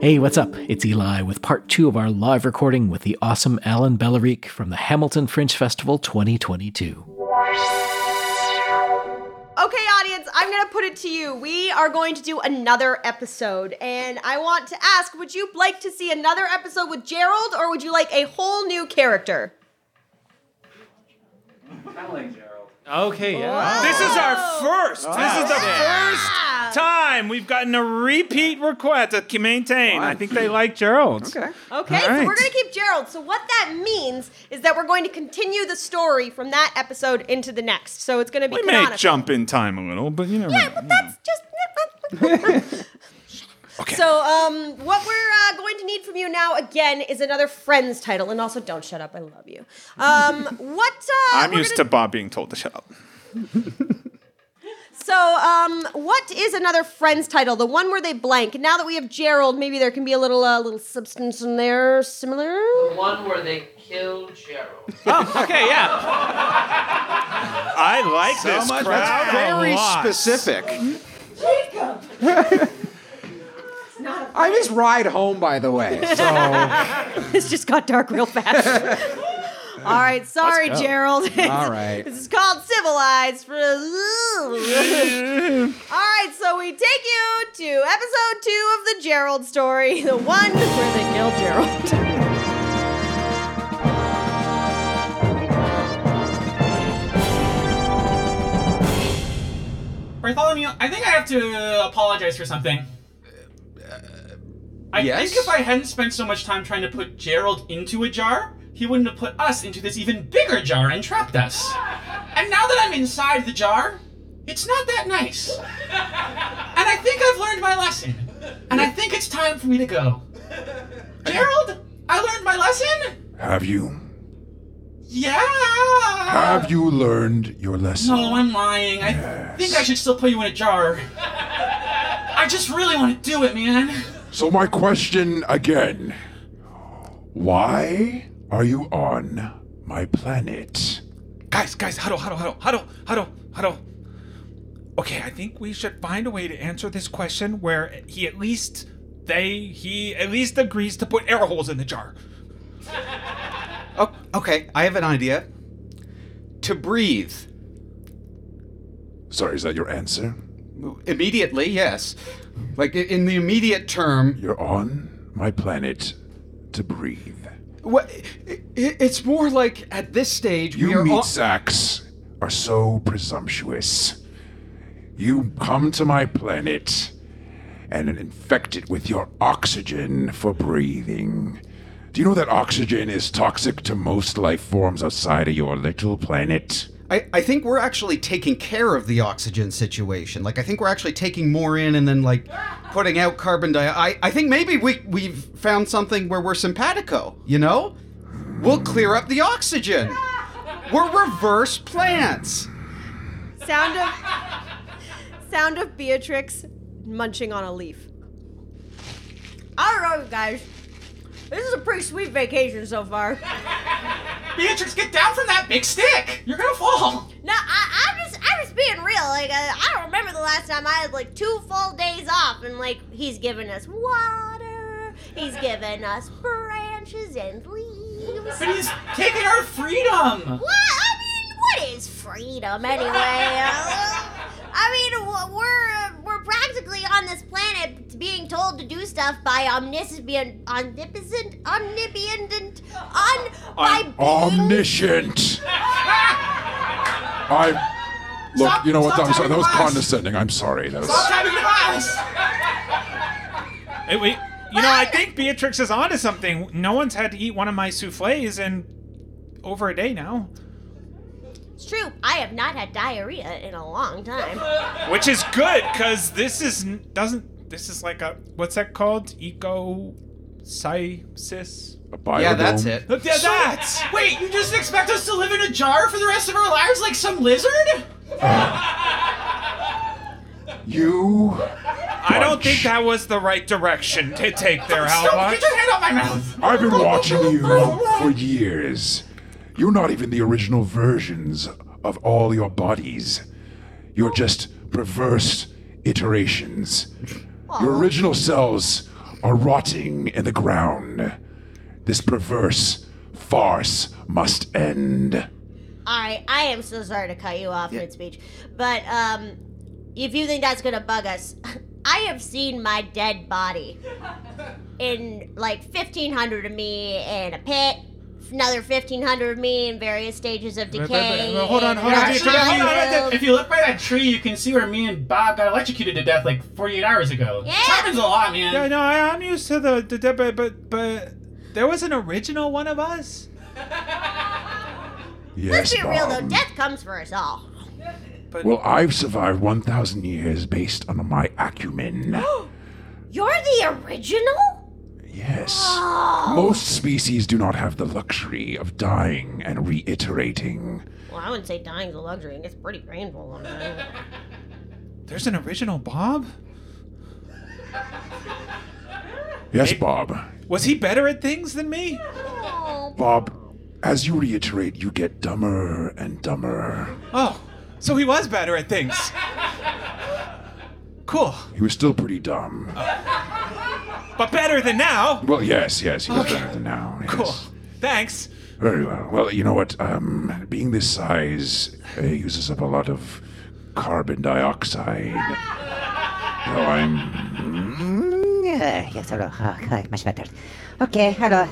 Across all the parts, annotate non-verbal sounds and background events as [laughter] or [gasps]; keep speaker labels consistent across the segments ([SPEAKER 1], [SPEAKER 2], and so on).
[SPEAKER 1] Hey, what's up? It's Eli with part two of our live recording with the awesome Alan Belleric from the Hamilton Fringe Festival 2022.
[SPEAKER 2] Okay, audience, I'm gonna put it to you. We are going to do another episode, and I want to ask would you like to see another episode with Gerald, or would you like a whole new character?
[SPEAKER 3] Okay, yeah.
[SPEAKER 4] This is our first. This is the first time we've gotten a repeat request to k- maintain. I think they like Gerald. Okay.
[SPEAKER 2] Okay,
[SPEAKER 4] All
[SPEAKER 2] so
[SPEAKER 4] right.
[SPEAKER 2] we're gonna keep Gerald. So, what that means is that we're going to continue the story from that episode into the next. So, it's gonna be
[SPEAKER 4] We may
[SPEAKER 2] canonical.
[SPEAKER 4] jump in time a little, but you never know.
[SPEAKER 2] Yeah, but that's just. So, um, what we're uh, going to need from you now again is another friends title, and also don't shut up. I love you. Um, [laughs] what? Uh,
[SPEAKER 4] I'm
[SPEAKER 2] we're
[SPEAKER 4] used
[SPEAKER 2] gonna-
[SPEAKER 4] to Bob being told to shut up.
[SPEAKER 2] So, um, what is another friend's title? The one where they blank. Now that we have Gerald, maybe there can be a little, uh, little substance in there similar.
[SPEAKER 5] one where they kill Gerald.
[SPEAKER 4] Oh,
[SPEAKER 3] Okay, yeah.
[SPEAKER 4] I like this
[SPEAKER 6] much-
[SPEAKER 4] crowd.
[SPEAKER 6] that's very
[SPEAKER 3] a lot.
[SPEAKER 6] specific. I just ride home, by the way.
[SPEAKER 7] [laughs]
[SPEAKER 2] this just got dark
[SPEAKER 6] [laughs]
[SPEAKER 2] real fast. All right, sorry, [laughs] Gerald.
[SPEAKER 6] All right.
[SPEAKER 2] This is called Civilized. For...
[SPEAKER 6] [laughs]
[SPEAKER 2] All right, so we take you to episode two of the Gerald story, [laughs] the one where they kill Gerald.
[SPEAKER 8] Bartholomew, I think I have to apologize for something. I
[SPEAKER 6] yes?
[SPEAKER 8] think if I hadn't spent so much time trying to put Gerald into a jar, he wouldn't have put us into this even bigger jar and trapped us. and now that I'm inside the jar, it's not that nice. and I think I've learned my lesson. And I think it's time for me to go. Gerald, I learned my lesson?
[SPEAKER 9] Have you?
[SPEAKER 8] Yeah.
[SPEAKER 9] Have you learned your lesson?
[SPEAKER 8] No, I'm lying. I think I should still put you in a jar. I just really want to do it, man.
[SPEAKER 9] So, my question again Why are you on my planet?
[SPEAKER 4] Guys, guys, huddle, huddle, huddle, huddle, huddle, huddle. Okay, I think we should find a way to answer this question where he at least they he at least agrees to put air holes in the
[SPEAKER 2] [laughs]
[SPEAKER 4] jar.
[SPEAKER 10] Oh, okay. I have an idea. To breathe
[SPEAKER 9] Sorry, is that your answer?
[SPEAKER 10] immediately, yes. Like i- in the immediate term.
[SPEAKER 9] You're on my planet to breathe.
[SPEAKER 10] What? i- i- It's more like at this stage we
[SPEAKER 9] You
[SPEAKER 10] are.
[SPEAKER 9] meat
[SPEAKER 10] all-
[SPEAKER 9] sacks are so presumptuous. You come to my planet and infect it with your oxygen for breathing. Do you know that oxygen is toxic to most life forms outside of your little planet?
[SPEAKER 10] I, I think we're actually taking care of the oxygen situation. Like I think we're actually taking more in and then like putting out carbon dioxide. I, I think maybe we we've found something where we're simpatico. You know, we'll clear up the oxygen. We're reverse plants.
[SPEAKER 2] sound of sound of Beatrix munching on a leaf. I don't know, you guys. This is a pretty sweet vacation so far.
[SPEAKER 8] Beatrix, get down from that big stick! You're gonna fall!
[SPEAKER 2] [laughs] No, I, I'm just, I'm just being real. Like, I, I don't remember the last time I had like two full days off, and like he's giving us water, he's giving us branches and leaves.
[SPEAKER 8] But he's taking our freedom!
[SPEAKER 2] What? I mean, what is freedom
[SPEAKER 8] [laughs]
[SPEAKER 2] anyway? Uh, I mean, w- we're we're practically on this planet being told to do stuff by omniscient, omnipotent, omnipotent, on by beings.
[SPEAKER 8] [laughs]
[SPEAKER 9] Omniscient! I. Look,
[SPEAKER 8] Stop-
[SPEAKER 9] you know what?
[SPEAKER 8] stop
[SPEAKER 9] I'm sorry. That was
[SPEAKER 8] talking to us.
[SPEAKER 9] condescending. I'm sorry. That was.
[SPEAKER 8] Stop tapping the glass!
[SPEAKER 4] Hey, wait. You know, I think Beatrix is onto something. No one's had to eat one of my souffles in over a day now,
[SPEAKER 2] It's true. I have not had diarrhea in a long time.
[SPEAKER 4] which is good because this is doesn't this is like a what's that called? Eco Psi, sis.
[SPEAKER 8] Yeah, that's it.
[SPEAKER 4] Look at that!
[SPEAKER 8] Wait, you just expect us to live in a jar for the rest of our lives like some lizard?
[SPEAKER 9] You.
[SPEAKER 4] I don't think that was the right direction to take there,
[SPEAKER 8] Stop,
[SPEAKER 4] Halbach.
[SPEAKER 8] get your hand out my mouth!
[SPEAKER 9] I've been watching you for years. You're not even the original versions of all your bodies. You're just perverse iterations. Your original selves are rotting in the ground. This perverse farce must end.
[SPEAKER 11] All right, I am so sorry to cut you off mid-speech, but um, if you think that's gonna bug us, [laughs] I have seen my
[SPEAKER 8] [laughs]
[SPEAKER 11] dead body in like fifteen hundred of me in a pit, another fifteen hundred of me in various stages of
[SPEAKER 8] but-
[SPEAKER 11] decay.
[SPEAKER 8] but hold on,
[SPEAKER 11] and
[SPEAKER 8] hold on,
[SPEAKER 11] I
[SPEAKER 8] Actually, hold on,
[SPEAKER 11] will-
[SPEAKER 8] If you look by that tree, you can see where me and Bob got electrocuted to death like 48 hours ago. It happens a lot, man.
[SPEAKER 4] Yeah, no, I, I'm used to the, the, the but, but but there was an original one of us.
[SPEAKER 9] Yes,
[SPEAKER 11] Let's be real
[SPEAKER 9] Bob.
[SPEAKER 11] though, death comes for us all.
[SPEAKER 9] Well, I've survived 1,000 years based on my
[SPEAKER 11] [gasps]
[SPEAKER 9] acumen.
[SPEAKER 11] You're the original. Oh.
[SPEAKER 9] Yes. Most species do not have the luxury of dying and reiterating.
[SPEAKER 11] Well, I wouldn't say dying's a luxury. It gets pretty painful.
[SPEAKER 8] [laughs]
[SPEAKER 11] I mean.
[SPEAKER 4] There's an original Bob?
[SPEAKER 9] Yes, Bob.
[SPEAKER 4] Was he better at things than me?
[SPEAKER 9] Bob, as you reiterate, you get dumber and dumber.
[SPEAKER 4] Oh, so he was better at things. Cool.
[SPEAKER 9] He was still pretty dumb.
[SPEAKER 8] Oh.
[SPEAKER 4] But better than now.
[SPEAKER 9] Well, yes, yes, he was better than now. yes.
[SPEAKER 4] Cool. Thanks.
[SPEAKER 9] Very well. Well, you know what? Um, being this size uh, uses up a lot of carbon dioxide. hmm? No, I'm.
[SPEAKER 7] Mm, Yeah, yes, hello. Oh, hi, much better. Okay, hello.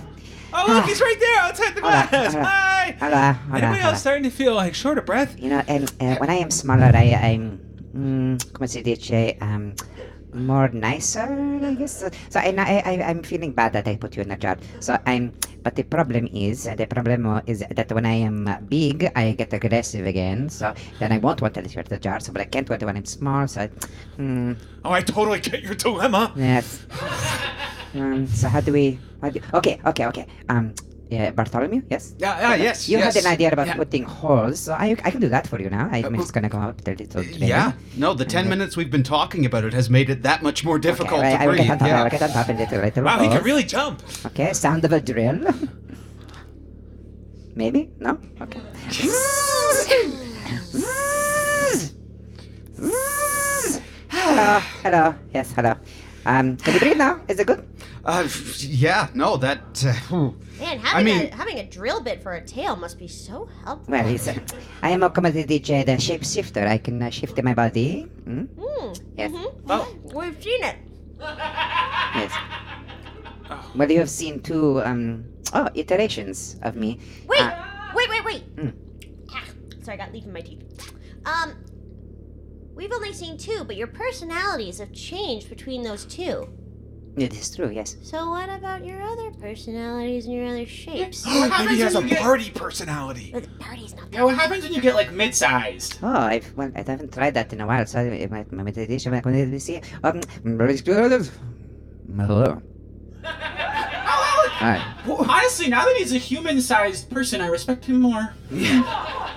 [SPEAKER 4] Oh, look, he's right there outside the
[SPEAKER 7] Hola,
[SPEAKER 4] glass.
[SPEAKER 11] [laughs]
[SPEAKER 4] Ah,
[SPEAKER 7] hola,
[SPEAKER 4] Hi.
[SPEAKER 7] Hello, hello,
[SPEAKER 4] Anybody
[SPEAKER 7] hello.
[SPEAKER 4] else starting to feel like short of breath?
[SPEAKER 7] You know, um, uh, when I am smaller, I am, mm, come si dice, um, more nicer, I guess. So I, I, I, I'm feeling bad that I put you in a jar. So I'm, but the problem is, the problem is that when I am big, I get aggressive again. So then I won't want to let you out of the jar. So, but I can't want to when I'm small. So, I, mm,
[SPEAKER 4] Oh, I totally get your dilemma.
[SPEAKER 7] Yes. um, so how do we? How do, okay, okay, okay. Um, yeah, Bartholomew, yes.
[SPEAKER 10] Yeah, ah, yes,
[SPEAKER 7] You
[SPEAKER 10] yes.
[SPEAKER 7] had an idea about
[SPEAKER 10] Yeah.
[SPEAKER 7] putting holes, so I, I can do that for you now. I'm just gonna go out there. Little
[SPEAKER 10] Uh, Yeah. No, the 10 minutes we've been talking about it has made it that much more difficult
[SPEAKER 7] Okay, I
[SPEAKER 10] to
[SPEAKER 7] will
[SPEAKER 10] breathe.
[SPEAKER 7] get on top. I
[SPEAKER 10] yeah.
[SPEAKER 7] will get on top and little, little
[SPEAKER 10] Wow, he can
[SPEAKER 7] holes.
[SPEAKER 4] really jump.
[SPEAKER 7] Okay, sound of a drill. Maybe no. Okay. [sighs] hello, hello. Yes, hello. Um, can you breathe now? Is it good?
[SPEAKER 10] Uh, f- yeah, no, that. Uh, whew.
[SPEAKER 11] Man,
[SPEAKER 7] I
[SPEAKER 11] having
[SPEAKER 7] mean-
[SPEAKER 11] a having a drill bit for a tail must be so helpful.
[SPEAKER 7] Well, it's, uh, I am a commodity DJ, the shapeshifter. I can uh, shift my body. Hmm? Yes.
[SPEAKER 11] Mm-hmm. We've seen it.
[SPEAKER 7] Yes. Well, you have seen two um, oh, iterations of me.
[SPEAKER 11] Wait,
[SPEAKER 7] Uh,
[SPEAKER 11] wait, wait, wait.
[SPEAKER 4] Hmm.
[SPEAKER 7] Mm.
[SPEAKER 11] Ah, sorry, I got leaf in my teeth. Um, we've only seen two, but your personalities have changed between those two.
[SPEAKER 7] it is true, yes.
[SPEAKER 11] So what about your other personalities and your other shapes?
[SPEAKER 4] Maybe he has a party personality.
[SPEAKER 8] Yeah, what happens when you get like mid-sized?
[SPEAKER 7] Oh, I've, well, I haven't tried that in a while. Sorry, my, my meditation, my commodity see. Um,
[SPEAKER 11] [laughs]
[SPEAKER 7] hello. Hi.
[SPEAKER 8] Well, honestly, now that he's a human-sized person, I respect him more.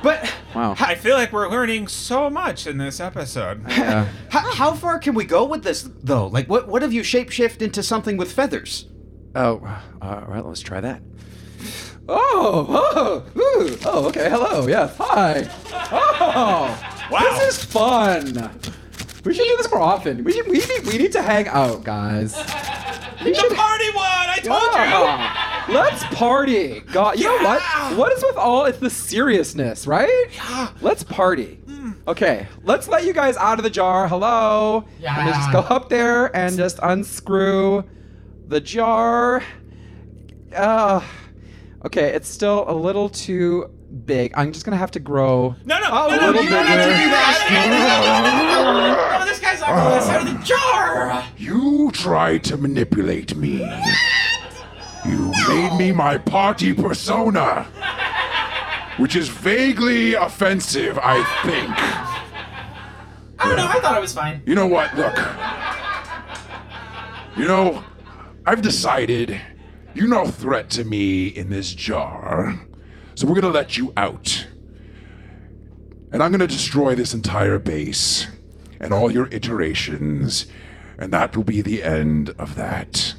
[SPEAKER 10] but
[SPEAKER 7] Wow.
[SPEAKER 4] I feel like we're learning so much in this episode.
[SPEAKER 8] [laughs]
[SPEAKER 10] How, how far can we go with this, though? Like, what, what if you shapeshift into something with feathers?
[SPEAKER 6] Oh, all right, let's try that. Oh, oh, ooh, oh, okay, hello, yeah, hi. Oh, wow. This is fun. We should do this more often. We, should, we, need, we need to hang out, guys. We
[SPEAKER 4] the party one! I told you!
[SPEAKER 6] Yeah. Let's party. God, you know what? What is with all it's the seriousness, right? Yeah. Mm. Let's party. Okay, let's let you guys out of the jar. Hello. Yeah. And just go up there and just unscrew the jar. Uh, okay, it's still a little too big. I'm just gonna have to grow.
[SPEAKER 4] No, no,
[SPEAKER 6] a
[SPEAKER 12] Oh,
[SPEAKER 4] no, no,
[SPEAKER 6] little
[SPEAKER 4] you don't have to
[SPEAKER 6] bigger.
[SPEAKER 4] do that.
[SPEAKER 8] [laughs] Oh, this guy's on the other side of the jar.
[SPEAKER 9] You tried to manipulate me. You made me my party persona, which is vaguely offensive, I think.
[SPEAKER 8] I don't know. I thought it was fine.
[SPEAKER 9] You know what? Look. You know, I've decided you're no threat to me in this jar, so we're gonna let you out. And I'm gonna destroy this entire base and all your iterations, and that will be the end of that.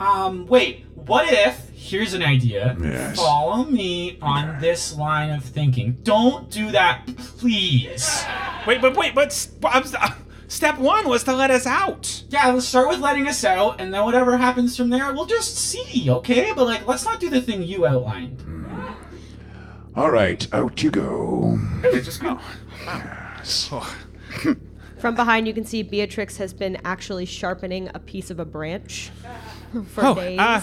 [SPEAKER 8] Um, wait. What if? Here's an idea.
[SPEAKER 9] Yes.
[SPEAKER 8] Follow me on this line of thinking. Don't do that, please.
[SPEAKER 4] Wait, but wait, but s- but I'm s- uh, step one was to let us out.
[SPEAKER 8] Yeah, let's start with letting us out, and then whatever happens from there, we'll just see, okay? But like, let's not do the thing you outlined.
[SPEAKER 9] All right, out you go.
[SPEAKER 4] Just go.
[SPEAKER 2] From behind, you can see Beatrix has been actually sharpening a piece of a
[SPEAKER 7] [laughs]
[SPEAKER 2] branch for
[SPEAKER 4] Oh,
[SPEAKER 2] days.
[SPEAKER 4] uh,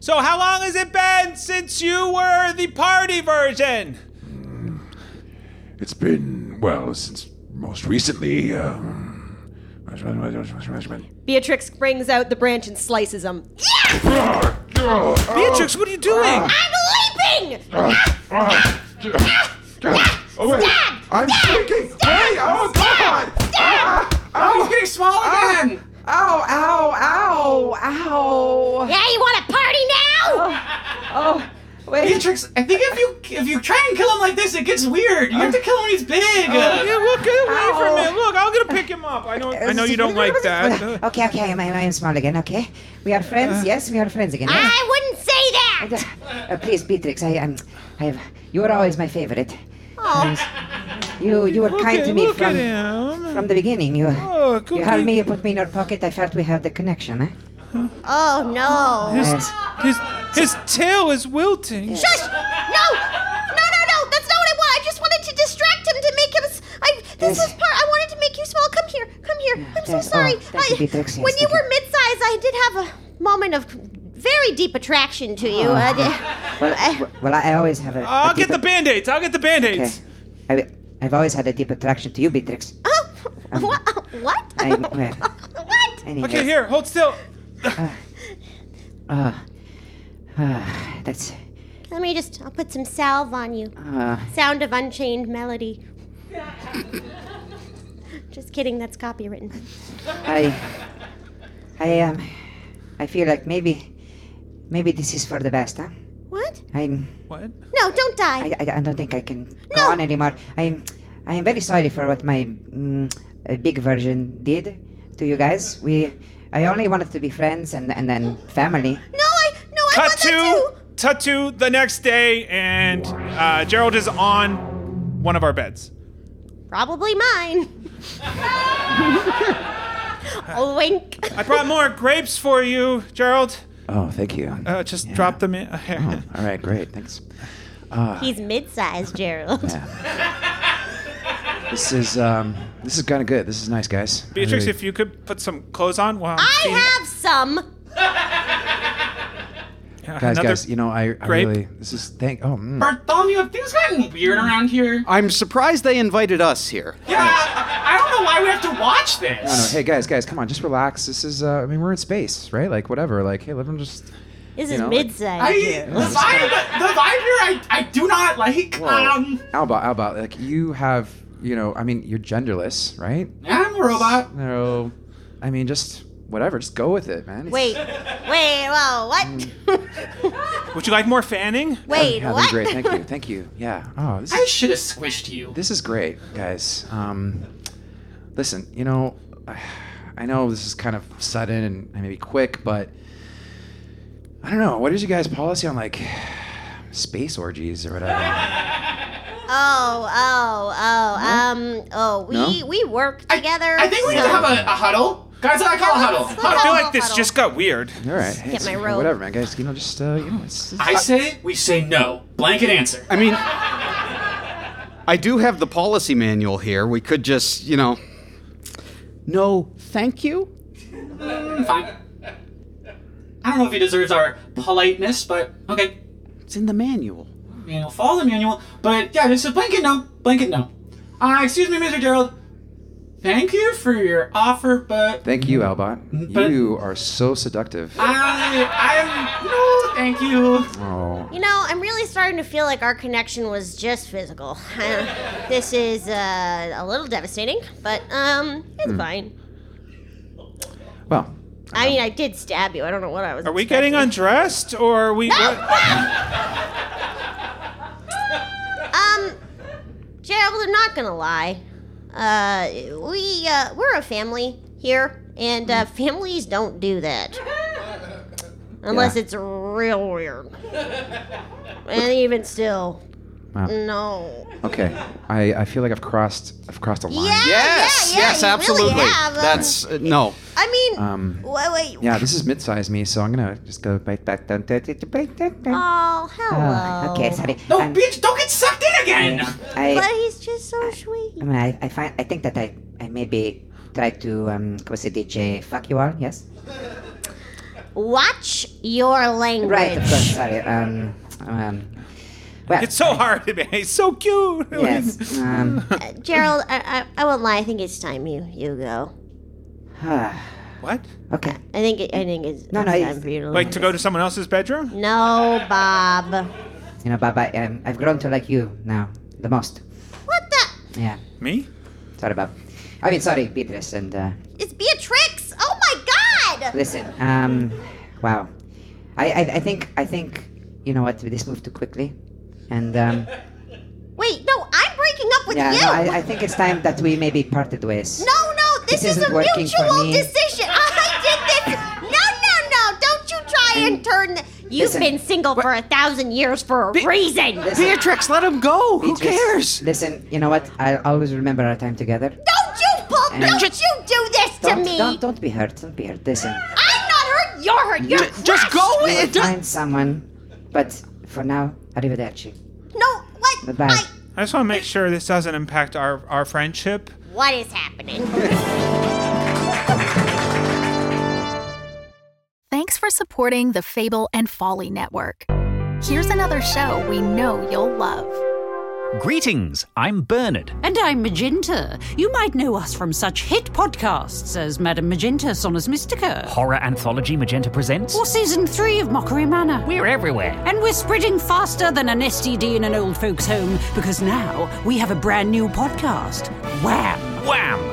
[SPEAKER 4] so how long has it been since you were the party version?
[SPEAKER 9] It's been, well, since most recently, um.
[SPEAKER 2] Beatrix brings out the branch and slices him.
[SPEAKER 4] Beatrix, what are you doing?
[SPEAKER 11] I'm leaping!
[SPEAKER 9] Oh, wait. I'm thinking. Hey, oh, God!
[SPEAKER 8] Oh, he's getting small again!
[SPEAKER 13] Ow, ow, ow, ow.
[SPEAKER 11] Yeah, you want a party now?
[SPEAKER 13] Oh, wait.
[SPEAKER 8] Beatrix, I think if you if you try and kill him like this, it gets weird. You have to kill him when he's big.
[SPEAKER 4] Uh, yeah, look, get away from it. Look, I'm gonna pick him up. I know, I know you don't like
[SPEAKER 7] [laughs]
[SPEAKER 4] that. Uh,
[SPEAKER 7] Okay, okay, I'm, I'm, I'm small again, okay? We are friends, yes, we are friends again. yes?
[SPEAKER 11] I wouldn't say that!
[SPEAKER 7] Uh, please, Beatrix, I, I'm, I've, you were always my favorite.
[SPEAKER 11] Oh,
[SPEAKER 7] You, you were
[SPEAKER 11] Look
[SPEAKER 7] kind
[SPEAKER 11] at-
[SPEAKER 7] to me
[SPEAKER 11] look
[SPEAKER 7] from,
[SPEAKER 4] him.
[SPEAKER 7] from the beginning. You,
[SPEAKER 4] Oh,
[SPEAKER 7] you held me, you put me in your pocket. I felt we had the connection, eh?
[SPEAKER 11] oh no.
[SPEAKER 7] Yes.
[SPEAKER 4] His, his tail is wilting.
[SPEAKER 11] Shush! No! No, no, no! That's not what I want. I just wanted to distract him to make him. s- I, this
[SPEAKER 7] Yes.
[SPEAKER 11] is part. I wanted to make you small. Come here. Come here. I'm so
[SPEAKER 7] yes. Oh,
[SPEAKER 11] sorry.
[SPEAKER 7] thank
[SPEAKER 11] I,
[SPEAKER 7] you, Beatrix. Yes,
[SPEAKER 11] when you
[SPEAKER 7] thank
[SPEAKER 11] were mid-size, I did have a moment of very deep attraction to
[SPEAKER 7] Oh.
[SPEAKER 11] you. I did-
[SPEAKER 7] Well, well I always have a. a
[SPEAKER 4] I'll
[SPEAKER 7] deep-
[SPEAKER 4] get the band-aids. I'll get the band-aids.
[SPEAKER 7] I, I've always had a deep attraction to you, Beatrix.
[SPEAKER 11] what? What? [laughs]
[SPEAKER 7] I, well,
[SPEAKER 11] what?
[SPEAKER 7] anyways,
[SPEAKER 4] Okay, here, hold still.
[SPEAKER 7] Uh, uh, that's.
[SPEAKER 11] Let me just. I'll put some salve on you.
[SPEAKER 7] Uh,
[SPEAKER 11] Sound of unchained melody. [laughs] just kidding. That's copywritten.
[SPEAKER 7] I, I um, I feel like maybe, maybe this is for the best, huh?
[SPEAKER 11] What?
[SPEAKER 7] I'm.
[SPEAKER 4] What?
[SPEAKER 11] No, don't die.
[SPEAKER 7] I, I, I don't think I can go on anymore. I'm, I'm very sorry for what my mm, uh, big version did to you guys. We, I only wanted to be friends and and then family.
[SPEAKER 4] Cut to tattoo the next day, and uh, Gerald is on one of our beds. [laughs]
[SPEAKER 11] Probably mine. oh, wink.
[SPEAKER 4] I brought more grapes for you, Gerald.
[SPEAKER 6] Oh, thank [laughs] you. Oh,
[SPEAKER 4] Uh, just drop them in. here.
[SPEAKER 6] All right, great, thanks. Uh,
[SPEAKER 11] He's mid-sized, Gerald.
[SPEAKER 6] this is um, this is kind of good. This is nice, guys. I
[SPEAKER 4] Beatrix,
[SPEAKER 6] really-
[SPEAKER 4] if you could put some clothes on while I'm
[SPEAKER 11] I
[SPEAKER 4] feeding-
[SPEAKER 11] have some.
[SPEAKER 4] Yeah,
[SPEAKER 6] guys,
[SPEAKER 4] another-
[SPEAKER 6] guys, you know, I, I
[SPEAKER 4] grape.
[SPEAKER 6] really this is thank. Oh, mm.
[SPEAKER 8] Bartholomew, have things gotten weird around here?
[SPEAKER 14] I'm surprised they invited us here.
[SPEAKER 8] I don't know why we have to watch this.
[SPEAKER 6] No, no, hey guys, guys, come on, just relax. This is, uh, I mean, we're in space, right? Like, whatever. Like, hey, let them just.
[SPEAKER 11] This
[SPEAKER 6] you
[SPEAKER 11] is
[SPEAKER 6] know, like-
[SPEAKER 11] mid-sized.
[SPEAKER 8] I,
[SPEAKER 6] Yeah.
[SPEAKER 8] the vibe, the vibe here, I, I do not like. Um,
[SPEAKER 6] How about, how about, like, you have, you know, I mean, you're genderless, right?
[SPEAKER 8] I'm a robot.
[SPEAKER 6] No, I mean, just whatever. Just go with it, man. It's-
[SPEAKER 11] [laughs] Wait, wait, whoa, what?
[SPEAKER 7] Mm.
[SPEAKER 4] Would you like more fanning?
[SPEAKER 11] Wait,
[SPEAKER 6] yeah, that'd be
[SPEAKER 11] what?
[SPEAKER 6] great. Thank you, thank you. Yeah. Oh, this
[SPEAKER 8] I
[SPEAKER 6] is,
[SPEAKER 8] should have squished you.
[SPEAKER 6] This is great, guys. Um, listen, you know, I know this is kind of sudden and maybe quick, but I don't know. What is your guys' policy on like space orgies or whatever?
[SPEAKER 11] Oh, oh, oh, um, oh, we
[SPEAKER 6] No?
[SPEAKER 11] we work together.
[SPEAKER 8] I think we need to have a, a huddle. Guys, I call a huddle.
[SPEAKER 4] I feel
[SPEAKER 8] Huddle.
[SPEAKER 4] like this just got weird.
[SPEAKER 6] All right. hey,
[SPEAKER 8] Get my
[SPEAKER 6] it's-
[SPEAKER 8] robe.
[SPEAKER 6] Whatever, man, guys. You know, just uh, you know, it's, it's
[SPEAKER 8] I say, we say no. Blanket answer.
[SPEAKER 14] I mean, I do have the policy manual here. We could just, you know. No, thank you.
[SPEAKER 8] Mm, fine. I don't know if he deserves our politeness, but okay.
[SPEAKER 14] It's in the manual.
[SPEAKER 8] Manual, follow the manual. But yeah, just a blanket no, blanket no. Uh, excuse me, Mr. Gerald. Thank you for your offer, but
[SPEAKER 6] Thank you, Albot. you are so seductive.
[SPEAKER 8] I, I'm no, thank you.
[SPEAKER 6] Oh.
[SPEAKER 11] You know, I'm really starting to feel like our connection was just physical. [laughs] Uh, this is uh, a little devastating, but um, it's
[SPEAKER 6] Hmm.
[SPEAKER 11] fine.
[SPEAKER 6] Well,
[SPEAKER 11] I mean, I did stab you. I don't know what I was.
[SPEAKER 4] Are we getting undressed or are we? what-
[SPEAKER 11] Um, Gerald, I'm not gonna lie. Uh, we uh, we're a family here, and
[SPEAKER 15] Hmm.
[SPEAKER 11] uh, families don't do that unless
[SPEAKER 15] Yeah.
[SPEAKER 11] it's real weird. and even still,
[SPEAKER 15] Wow.
[SPEAKER 11] no.
[SPEAKER 15] Okay, I, I feel like I've crossed I've crossed a line.
[SPEAKER 10] yes,
[SPEAKER 11] yeah,
[SPEAKER 10] yes,
[SPEAKER 11] you really
[SPEAKER 10] absolutely.
[SPEAKER 11] have, um,
[SPEAKER 10] That's uh, no.
[SPEAKER 11] I mean,
[SPEAKER 15] Um,
[SPEAKER 11] wait, wait.
[SPEAKER 15] Yeah, this is mid-sized me, so I'm gonna just go bite back down.
[SPEAKER 11] Oh, hello.
[SPEAKER 14] Ah,
[SPEAKER 7] Oh, okay, sorry.
[SPEAKER 8] No, bitch, don't get sucked in again. [laughs]
[SPEAKER 7] I,
[SPEAKER 11] but he's just so sweet.
[SPEAKER 7] I, mean, I, I find I think that I, I maybe tried to um come say DJ fuck you all yes
[SPEAKER 11] Watch your language.
[SPEAKER 7] right of course sorry um um well
[SPEAKER 4] It's so hard to be. It's so cute.
[SPEAKER 7] yes um
[SPEAKER 11] Uh, Gerald, I, I, I won't lie. I think it's time you you go.
[SPEAKER 4] [sighs] what?
[SPEAKER 7] okay
[SPEAKER 11] I think it, I think it's,
[SPEAKER 7] No,
[SPEAKER 11] it's
[SPEAKER 7] no,
[SPEAKER 11] time
[SPEAKER 7] it's-
[SPEAKER 11] for you to
[SPEAKER 4] Like to go to someone else's bedroom?
[SPEAKER 11] No, Bob.
[SPEAKER 7] you know Bob I, um, I've grown to like you now the most
[SPEAKER 11] What the?
[SPEAKER 7] yeah
[SPEAKER 4] me
[SPEAKER 7] sorry Bob I mean sorry Beatrice and uh,
[SPEAKER 11] It's Beatrix. Oh my God.
[SPEAKER 7] Listen, um, wow. I, I, I think, I think, you know what? This moved too quickly, and um,
[SPEAKER 11] Wait, no, I'm breaking up [laughs] with
[SPEAKER 7] yeah,
[SPEAKER 11] you.
[SPEAKER 7] no, I, I think it's time that we maybe parted ways.
[SPEAKER 11] no, no, this, is
[SPEAKER 7] This
[SPEAKER 11] a
[SPEAKER 7] isn't working for
[SPEAKER 11] mutual
[SPEAKER 7] me.
[SPEAKER 11] decision. I did this. No, no, no. Don't you try and turn. The, you've
[SPEAKER 7] Listen.
[SPEAKER 11] been single for a thousand years for a reason.
[SPEAKER 7] Beatrix,
[SPEAKER 15] let him go.
[SPEAKER 7] Who cares? Listen, you know what? I'll always remember our time together.
[SPEAKER 11] Don't you, Paul,
[SPEAKER 7] And-
[SPEAKER 11] don't you do this to
[SPEAKER 7] Don't,
[SPEAKER 11] me.
[SPEAKER 7] don't, don't be hurt. Don't be hurt. Listen,
[SPEAKER 11] I'm not hurt. You're hurt. You're crushed.
[SPEAKER 7] we will find someone. But for now, arrivederci.
[SPEAKER 11] No, what?
[SPEAKER 7] Goodbye.
[SPEAKER 4] I just want to make sure this doesn't impact our, our friendship.
[SPEAKER 11] What is happening?
[SPEAKER 4] Hmm.
[SPEAKER 16] Thanks for supporting the Fable and Folly Network. Here's another show we know you'll love.
[SPEAKER 17] Greetings, I'm Bernard.
[SPEAKER 18] And I'm Magenta. You might know us from such hit podcasts as Madame Magenta, Sonus Mystica,
[SPEAKER 17] Horror Anthology Magenta Presents.
[SPEAKER 18] or Season 3 of Mockery Manor.
[SPEAKER 17] We're everywhere.
[SPEAKER 18] And we're spreading faster than an STD in an old folks' home because now we have a brand new podcast Wham!
[SPEAKER 17] Wham!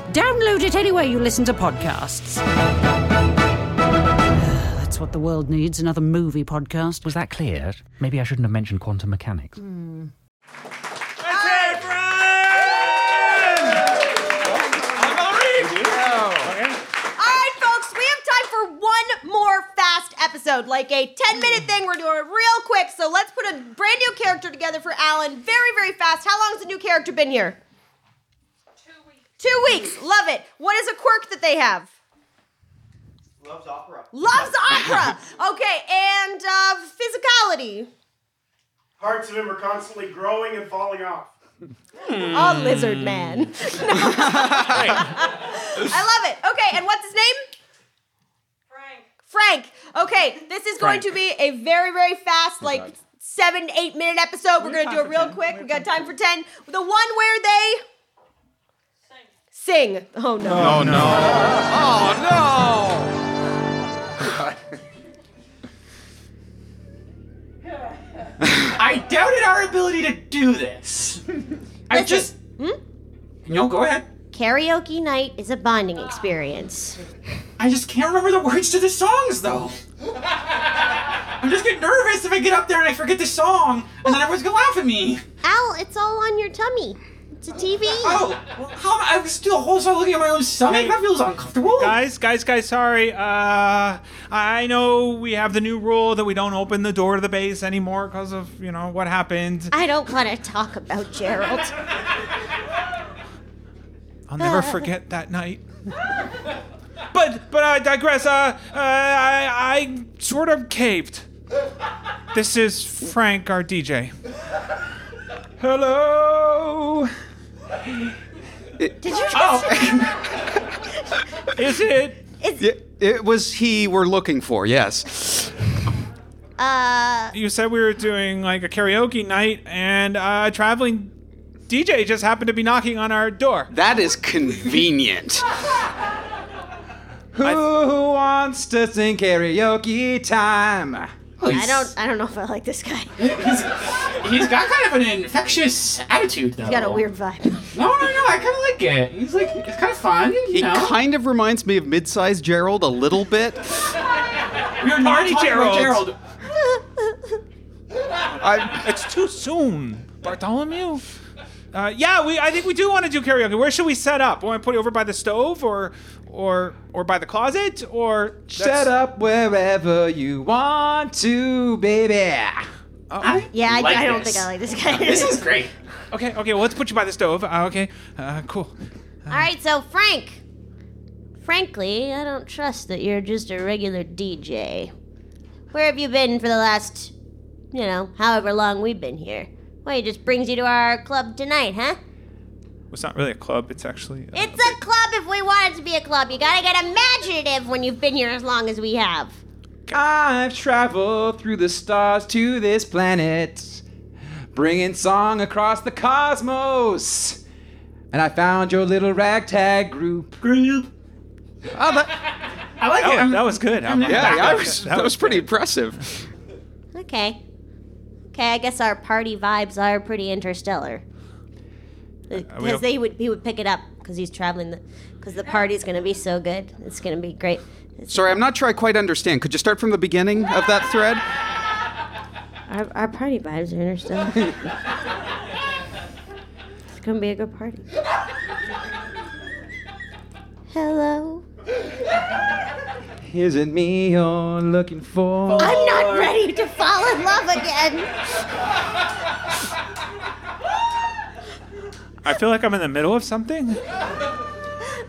[SPEAKER 18] Download it anywhere you listen to podcasts. [sighs] That's what the world needs another movie podcast.
[SPEAKER 17] Was that clear? Maybe I shouldn't have mentioned quantum mechanics.
[SPEAKER 11] All right, folks, we have time for one more fast episode, like a 10 minute thing. We're doing it real quick. So let's put a brand new character together for Alan very, very fast. How long has the new character been here? Two weeks. Two weeks. Love it. What is a quirk that they have?
[SPEAKER 12] Loves opera.
[SPEAKER 11] Loves opera. Okay, and uh, physicality.
[SPEAKER 12] Parts of him are constantly growing and falling off.
[SPEAKER 11] A lizard man.
[SPEAKER 4] [laughs]
[SPEAKER 11] No. I love it. Okay, and what's his name? Frank. Frank. Okay, this is going
[SPEAKER 12] Frank.
[SPEAKER 11] to be a very, very fast, like
[SPEAKER 12] God.
[SPEAKER 11] seven, eight minute episode. We're
[SPEAKER 12] We
[SPEAKER 11] going
[SPEAKER 12] have
[SPEAKER 11] to
[SPEAKER 12] time
[SPEAKER 11] do it
[SPEAKER 12] for
[SPEAKER 11] real
[SPEAKER 12] 10.
[SPEAKER 11] quick. We got time for 10. The one where they. Sing. Oh no.
[SPEAKER 12] Oh, no.
[SPEAKER 11] Oh
[SPEAKER 8] I doubted our ability to do this. I just.
[SPEAKER 11] Hmm?
[SPEAKER 8] No,
[SPEAKER 4] Oh,
[SPEAKER 8] go ahead.
[SPEAKER 11] Karaoke night is a bonding experience.
[SPEAKER 8] I just can't remember the words to the songs, though. I'm just getting nervous if I get up there and I forget the song, and then everyone's gonna laugh at me.
[SPEAKER 11] Al, it's all on your tummy. It's a TV.
[SPEAKER 8] Oh, how am I I was still the whole time looking at my own stomach? That feels uncomfortable.
[SPEAKER 4] Guys, guys, guys, sorry. Uh, I know we have the new rule that we don't open the door to the base anymore because of, you know, what happened.
[SPEAKER 11] I don't want to talk about Gerald.
[SPEAKER 4] I'll never forget that night. But but I digress. Uh, uh, I I sort of caved. This is Frank, our DJ. Hello.
[SPEAKER 10] Did
[SPEAKER 11] you just?
[SPEAKER 4] Is it?
[SPEAKER 10] It, it was he we're looking for, yes.
[SPEAKER 11] [laughs] Uh,
[SPEAKER 4] you said we were doing like a karaoke night, and uh, traveling DJ just happened to be knocking on our door.
[SPEAKER 10] That is
[SPEAKER 4] [laughs]
[SPEAKER 10] convenient.
[SPEAKER 6] Who wants to sing karaoke time?
[SPEAKER 11] I don't. I don't know if I like this guy.
[SPEAKER 8] He's got kind of an infectious attitude, though.
[SPEAKER 11] He's got a weird vibe.
[SPEAKER 8] No, no, no. I kind of like it. He's like, it's kind of fun. You
[SPEAKER 10] He
[SPEAKER 8] know?
[SPEAKER 10] kind of reminds me of mid-sized Gerald a little bit.
[SPEAKER 8] We are not
[SPEAKER 10] Party
[SPEAKER 8] talking about
[SPEAKER 10] Gerald.
[SPEAKER 8] Gerald.
[SPEAKER 4] It's too soon, Bartholomew. Uh, yeah, we. I think we do want to do karaoke. Where should we set up? Want to put it over by the stove, or, or, or by the closet, or
[SPEAKER 6] Set up wherever you want to, baby.
[SPEAKER 11] yeah, I,
[SPEAKER 4] like
[SPEAKER 11] I don't
[SPEAKER 4] this.
[SPEAKER 11] think I like this guy.
[SPEAKER 4] great. [laughs] Okay, okay. Well, let's put you by the stove. Uh, okay, uh, cool.
[SPEAKER 11] All right, so Frank. Frankly, I don't trust that you're just a regular DJ. Where have you been for the last, you know, however long we've been here? Well, he just brings you to our club tonight, huh?
[SPEAKER 4] It's not really a club. It's actually. Uh,
[SPEAKER 11] It's a club if we want it to be a club. You gotta get imaginative when you've been here as long as we have.
[SPEAKER 6] I've traveled through the stars to this planet, bringing song across the cosmos. And I found your little ragtag group. Group.
[SPEAKER 10] Oh, that,
[SPEAKER 8] I like
[SPEAKER 4] that
[SPEAKER 6] it.
[SPEAKER 4] Was, that was good.
[SPEAKER 6] I'm-
[SPEAKER 10] yeah, yeah, I
[SPEAKER 6] that
[SPEAKER 10] was,
[SPEAKER 6] was-
[SPEAKER 10] that was pretty impressive.
[SPEAKER 11] Okay. Okay, I guess our party vibes are pretty interstellar.
[SPEAKER 8] Uh,
[SPEAKER 4] we
[SPEAKER 11] Because
[SPEAKER 4] op-
[SPEAKER 11] they would he would pick it up because he's traveling, because the, party's gonna be so good. It's gonna be great.
[SPEAKER 10] Sorry, I'm not sure I quite understand. Could you start from the beginning of that thread?
[SPEAKER 11] Our, our party vibes are interstellar.
[SPEAKER 8] [laughs]
[SPEAKER 11] it's gonna be a good party. Hello.
[SPEAKER 6] Is it me you're looking for?
[SPEAKER 11] I'm not [laughs] ready to fall in love again.
[SPEAKER 4] I feel like I'm in the middle of something.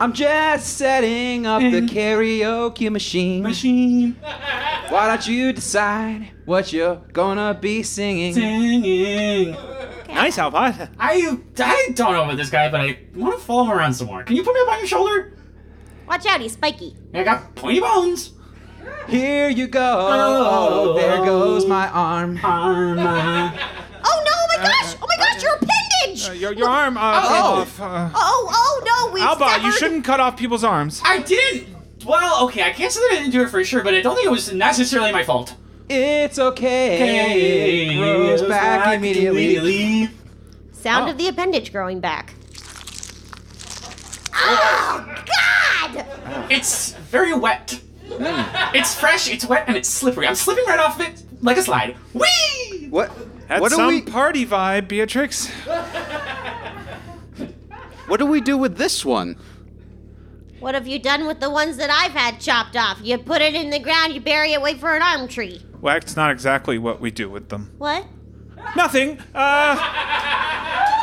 [SPEAKER 6] I'm just setting up
[SPEAKER 4] [laughs]
[SPEAKER 6] the karaoke machine. Machine. Why don't you decide what you're gonna be singing?
[SPEAKER 8] Singing.
[SPEAKER 4] Nice, Alvat.
[SPEAKER 8] I, I don't know about this guy, but I want to follow him around some more. Can you put me up on your shoulder?
[SPEAKER 11] Watch out, he's spiky.
[SPEAKER 8] I got pointy bones.
[SPEAKER 6] Here you go.
[SPEAKER 8] Oh,
[SPEAKER 6] there goes my arm.
[SPEAKER 8] Arm.
[SPEAKER 4] uh-huh.
[SPEAKER 11] Oh no! Oh my gosh! Oh my gosh! Your appendage!
[SPEAKER 4] your your arm uh, came
[SPEAKER 11] Oh.
[SPEAKER 4] off. Uh,
[SPEAKER 11] Oh oh no! We
[SPEAKER 4] Alba, Uh, you
[SPEAKER 11] severed-
[SPEAKER 4] shouldn't cut off people's arms.
[SPEAKER 8] I didn't. Well, okay, I can't say that I didn't do it for sure, but I don't think it was necessarily my fault.
[SPEAKER 6] It's okay.
[SPEAKER 8] Okay,
[SPEAKER 6] It grows
[SPEAKER 8] goes
[SPEAKER 6] back,
[SPEAKER 8] back
[SPEAKER 6] immediately.
[SPEAKER 8] immediately. Oh.
[SPEAKER 11] Sound of the appendage growing back. Oh God!
[SPEAKER 8] It's very wet.
[SPEAKER 10] Hmm.
[SPEAKER 8] It's fresh, it's wet, and it's slippery. I'm slipping right off of it like a slide. Whee!
[SPEAKER 10] What?
[SPEAKER 4] That's
[SPEAKER 10] What do
[SPEAKER 4] some
[SPEAKER 10] we-
[SPEAKER 4] party vibe, Beatrix.
[SPEAKER 10] What do we do with this one?
[SPEAKER 11] What have you done with the ones that I've had chopped off? You put it in the ground, you bury it, wait for an arm tree.
[SPEAKER 4] Well, that's not exactly what we do with them.
[SPEAKER 11] What?
[SPEAKER 4] Nothing. Uh,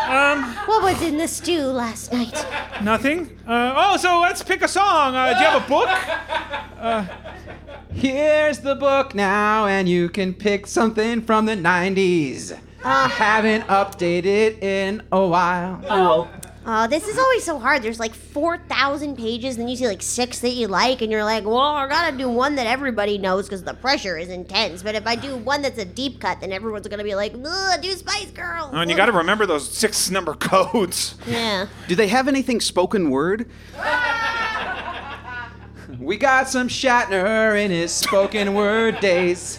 [SPEAKER 4] um,
[SPEAKER 11] What was in the stew last night?
[SPEAKER 4] nothing. Uh, oh, so let's pick a song. Uh, do you have a book?
[SPEAKER 6] Uh, Here's the book now, and you can pick something from the 90s.
[SPEAKER 4] Ah.
[SPEAKER 6] I haven't updated in a while.
[SPEAKER 8] Oh.
[SPEAKER 11] Oh, this is always so hard. There's like 4,000 pages, and then you see like six that you like, and you're like, well, I gotta do one that everybody knows because the pressure is intense. But if I do one that's a deep cut, then everyone's gonna be like, ugh, do Spice Girls.
[SPEAKER 4] Oh, and you got to remember those six number codes.
[SPEAKER 11] Yeah.
[SPEAKER 10] Do they have anything spoken word?
[SPEAKER 6] We got some Shatner in his spoken word days.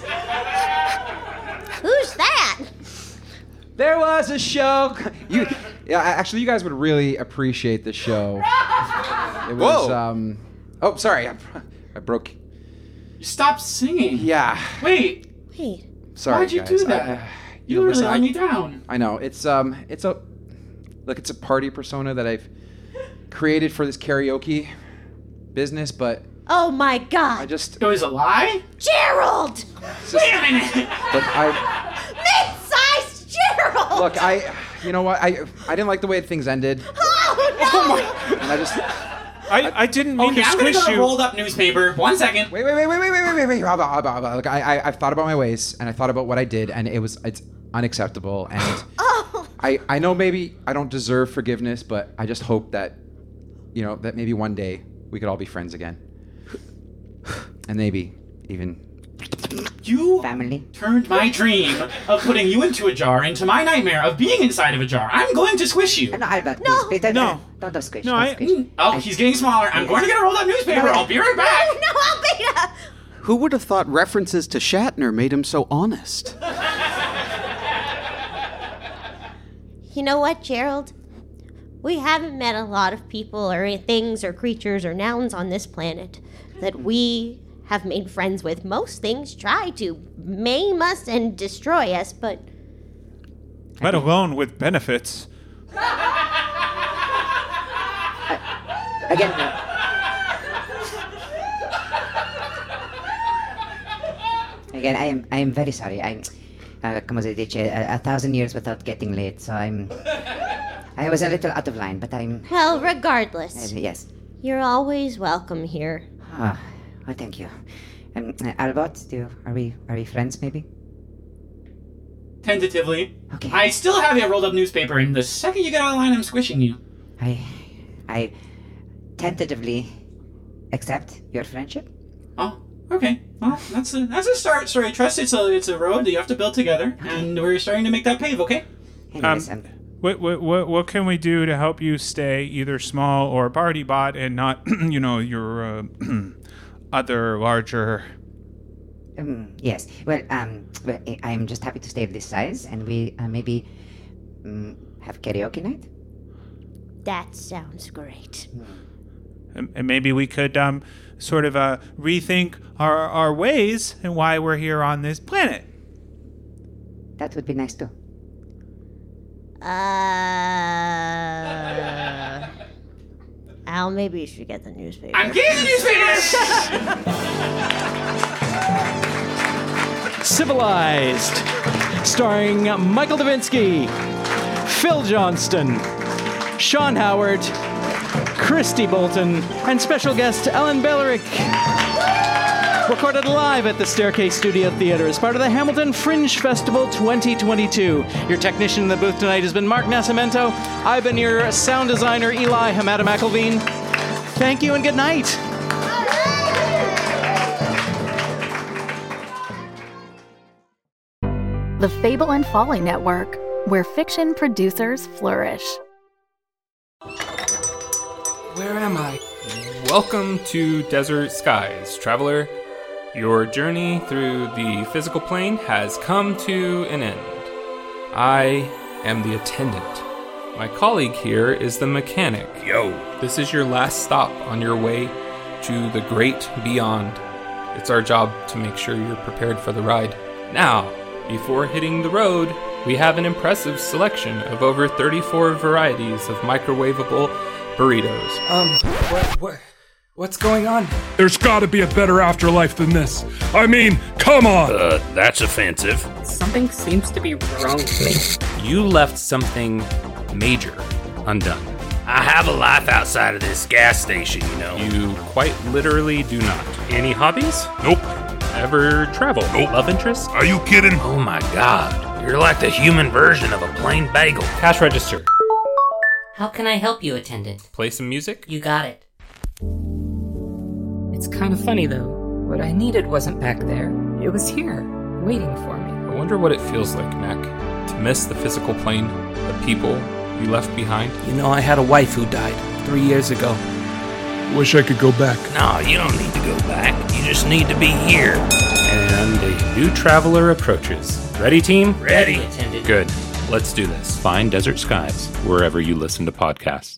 [SPEAKER 11] Who's that?
[SPEAKER 6] There was a show. You, yeah, actually, you guys would really appreciate this show. It was.
[SPEAKER 8] Whoa.
[SPEAKER 6] Um, oh, sorry, I, I broke.
[SPEAKER 8] You stopped singing.
[SPEAKER 6] Yeah,
[SPEAKER 8] Wait,
[SPEAKER 11] Wait.
[SPEAKER 6] sorry.
[SPEAKER 8] Why'd you
[SPEAKER 6] guys.
[SPEAKER 8] do
[SPEAKER 6] I-
[SPEAKER 8] that?
[SPEAKER 6] I-
[SPEAKER 8] You
[SPEAKER 6] know,
[SPEAKER 8] really
[SPEAKER 6] listen,
[SPEAKER 8] let
[SPEAKER 6] I-
[SPEAKER 8] me down.
[SPEAKER 6] I know. It's um. It's a. Look, it's a party persona that I've created for this karaoke business, but
[SPEAKER 11] Oh my
[SPEAKER 6] I
[SPEAKER 11] God.
[SPEAKER 6] just.
[SPEAKER 8] It was a lie.
[SPEAKER 11] Gerald!
[SPEAKER 8] Wait a minute.
[SPEAKER 6] Look, I
[SPEAKER 11] Mid-sized Gerald!
[SPEAKER 6] look. I. You know what? I I didn't like the way things ended,
[SPEAKER 11] Oh no!
[SPEAKER 6] and I just.
[SPEAKER 4] I, I didn't mean
[SPEAKER 8] Okay,
[SPEAKER 4] to
[SPEAKER 8] I'm gonna
[SPEAKER 4] squish
[SPEAKER 8] go to
[SPEAKER 4] you.
[SPEAKER 8] rolled up newspaper. One second.
[SPEAKER 15] Wait, wait, wait, wait, wait, wait, wait, wait, wait. Abba, Abba, Abba. Look, I, I, I've thought about my ways and I thought about what I did, and it was it's unacceptable. And I, I know maybe I don't deserve forgiveness, but I just hope that, you know, that maybe one day we could all be friends again, and maybe even
[SPEAKER 8] You
[SPEAKER 7] family
[SPEAKER 8] turned my dream of putting you into a jar into my nightmare of being inside of a jar. I'm going to squish you.
[SPEAKER 7] No, Albert, no. please, please, no. Don't, don't squish.
[SPEAKER 8] No,
[SPEAKER 7] don't
[SPEAKER 8] I-
[SPEAKER 7] squish.
[SPEAKER 8] Oh, he's getting smaller. I'm going to get a rolled up newspaper. I'll be right back.
[SPEAKER 11] [laughs] No, Albina!
[SPEAKER 19] Who would have thought references to Shatner made him so honest?
[SPEAKER 11] You know what, Gerald? We haven't met a lot of people or things or creatures or nouns on this planet that we have made friends with. Most things try to maim us and destroy us, but
[SPEAKER 4] Let alone with benefits.
[SPEAKER 7] Again. Again, I am I am very sorry. I'm uh, como se dice, a, a thousand years without getting late. So I'm I was a little out of line, but I'm
[SPEAKER 11] well,
[SPEAKER 7] uh,
[SPEAKER 11] regardless,
[SPEAKER 7] yes.
[SPEAKER 11] you're always welcome here.
[SPEAKER 7] Ah, well, thank you. Um, uh, Albert, do are we are we friends maybe?
[SPEAKER 8] Tentatively. Okay. I still have a rolled up newspaper, and the second you get out of line, I'm squishing you.
[SPEAKER 7] I I tentatively accept your friendship.
[SPEAKER 8] Oh, Okay. Well, that's a that's a start, sir. I trust it's a it's a road that you have to build together, and we're starting to make that pave. Okay.
[SPEAKER 4] um, what, what, what, what can we do to help you stay either small or party bot and not, [clears throat] you know, your uh, [clears throat] other larger.
[SPEAKER 7] Um, yes. Well, um, well, I- I'm just happy to stay at this size, and we uh, maybe um, have karaoke night.
[SPEAKER 11] That sounds great.
[SPEAKER 4] And, and maybe we could um, sort of uh, rethink our, our ways and why we're here on this planet.
[SPEAKER 7] That would be nice too.
[SPEAKER 11] Uh, Al, maybe you should get the newspaper.
[SPEAKER 8] I'm getting the [laughs]
[SPEAKER 11] [laughs]
[SPEAKER 3] Civilized, starring Michael Davinsky, Phil Johnston, Sean Howard, Christy Bolton, and special guest Ellen Bellerick. Recorded live at the Staircase Studio Theater as part of the Hamilton Fringe Festival 2022. Your technician in the booth tonight has been Mark Nascimento. I've been your sound designer, Eli Hamada McElveen. Thank you and good night.
[SPEAKER 16] The Fable and Folly Network, where fiction producers flourish.
[SPEAKER 20] Where am I? Welcome to Desert Skies, traveler. Your journey through the physical plane has come to an end. I am the attendant. My colleague here is the mechanic. Yo. This is your last stop on your way to the great beyond. It's our job to make sure you're prepared for the ride. Now, before hitting the road, we have an impressive selection of over 34 varieties of microwavable burritos.
[SPEAKER 21] Um, what, what, what's going on? There's gotta be a better afterlife than this. I mean, come on!
[SPEAKER 22] Uh, that's offensive.
[SPEAKER 23] Something seems to be wrong with me.
[SPEAKER 20] You left something major undone.
[SPEAKER 22] I have a life outside of this gas station, you know.
[SPEAKER 20] You quite literally do not. Any hobbies? Nope. Ever travel? Nope. Love interest? Are you kidding? Oh my god.
[SPEAKER 22] You're like the human version of a plain bagel.
[SPEAKER 20] Cash register.
[SPEAKER 24] How can I help you, attendant?
[SPEAKER 20] Play some music?
[SPEAKER 24] You got it.
[SPEAKER 23] It's kind of funny though. What I needed wasn't back there, it was here, waiting for me.
[SPEAKER 20] I wonder what it feels like, Mac, to miss the physical plane, the people you left behind.
[SPEAKER 21] You know, I had a wife who died three years ago. Wish I could go back.
[SPEAKER 22] No, you don't need to go back. You just need to be here.
[SPEAKER 20] And a new traveler approaches. Ready, team?
[SPEAKER 22] Ready. Ready, attendant.
[SPEAKER 20] Good. Let's do this. Find Desert Skies wherever you listen to podcasts.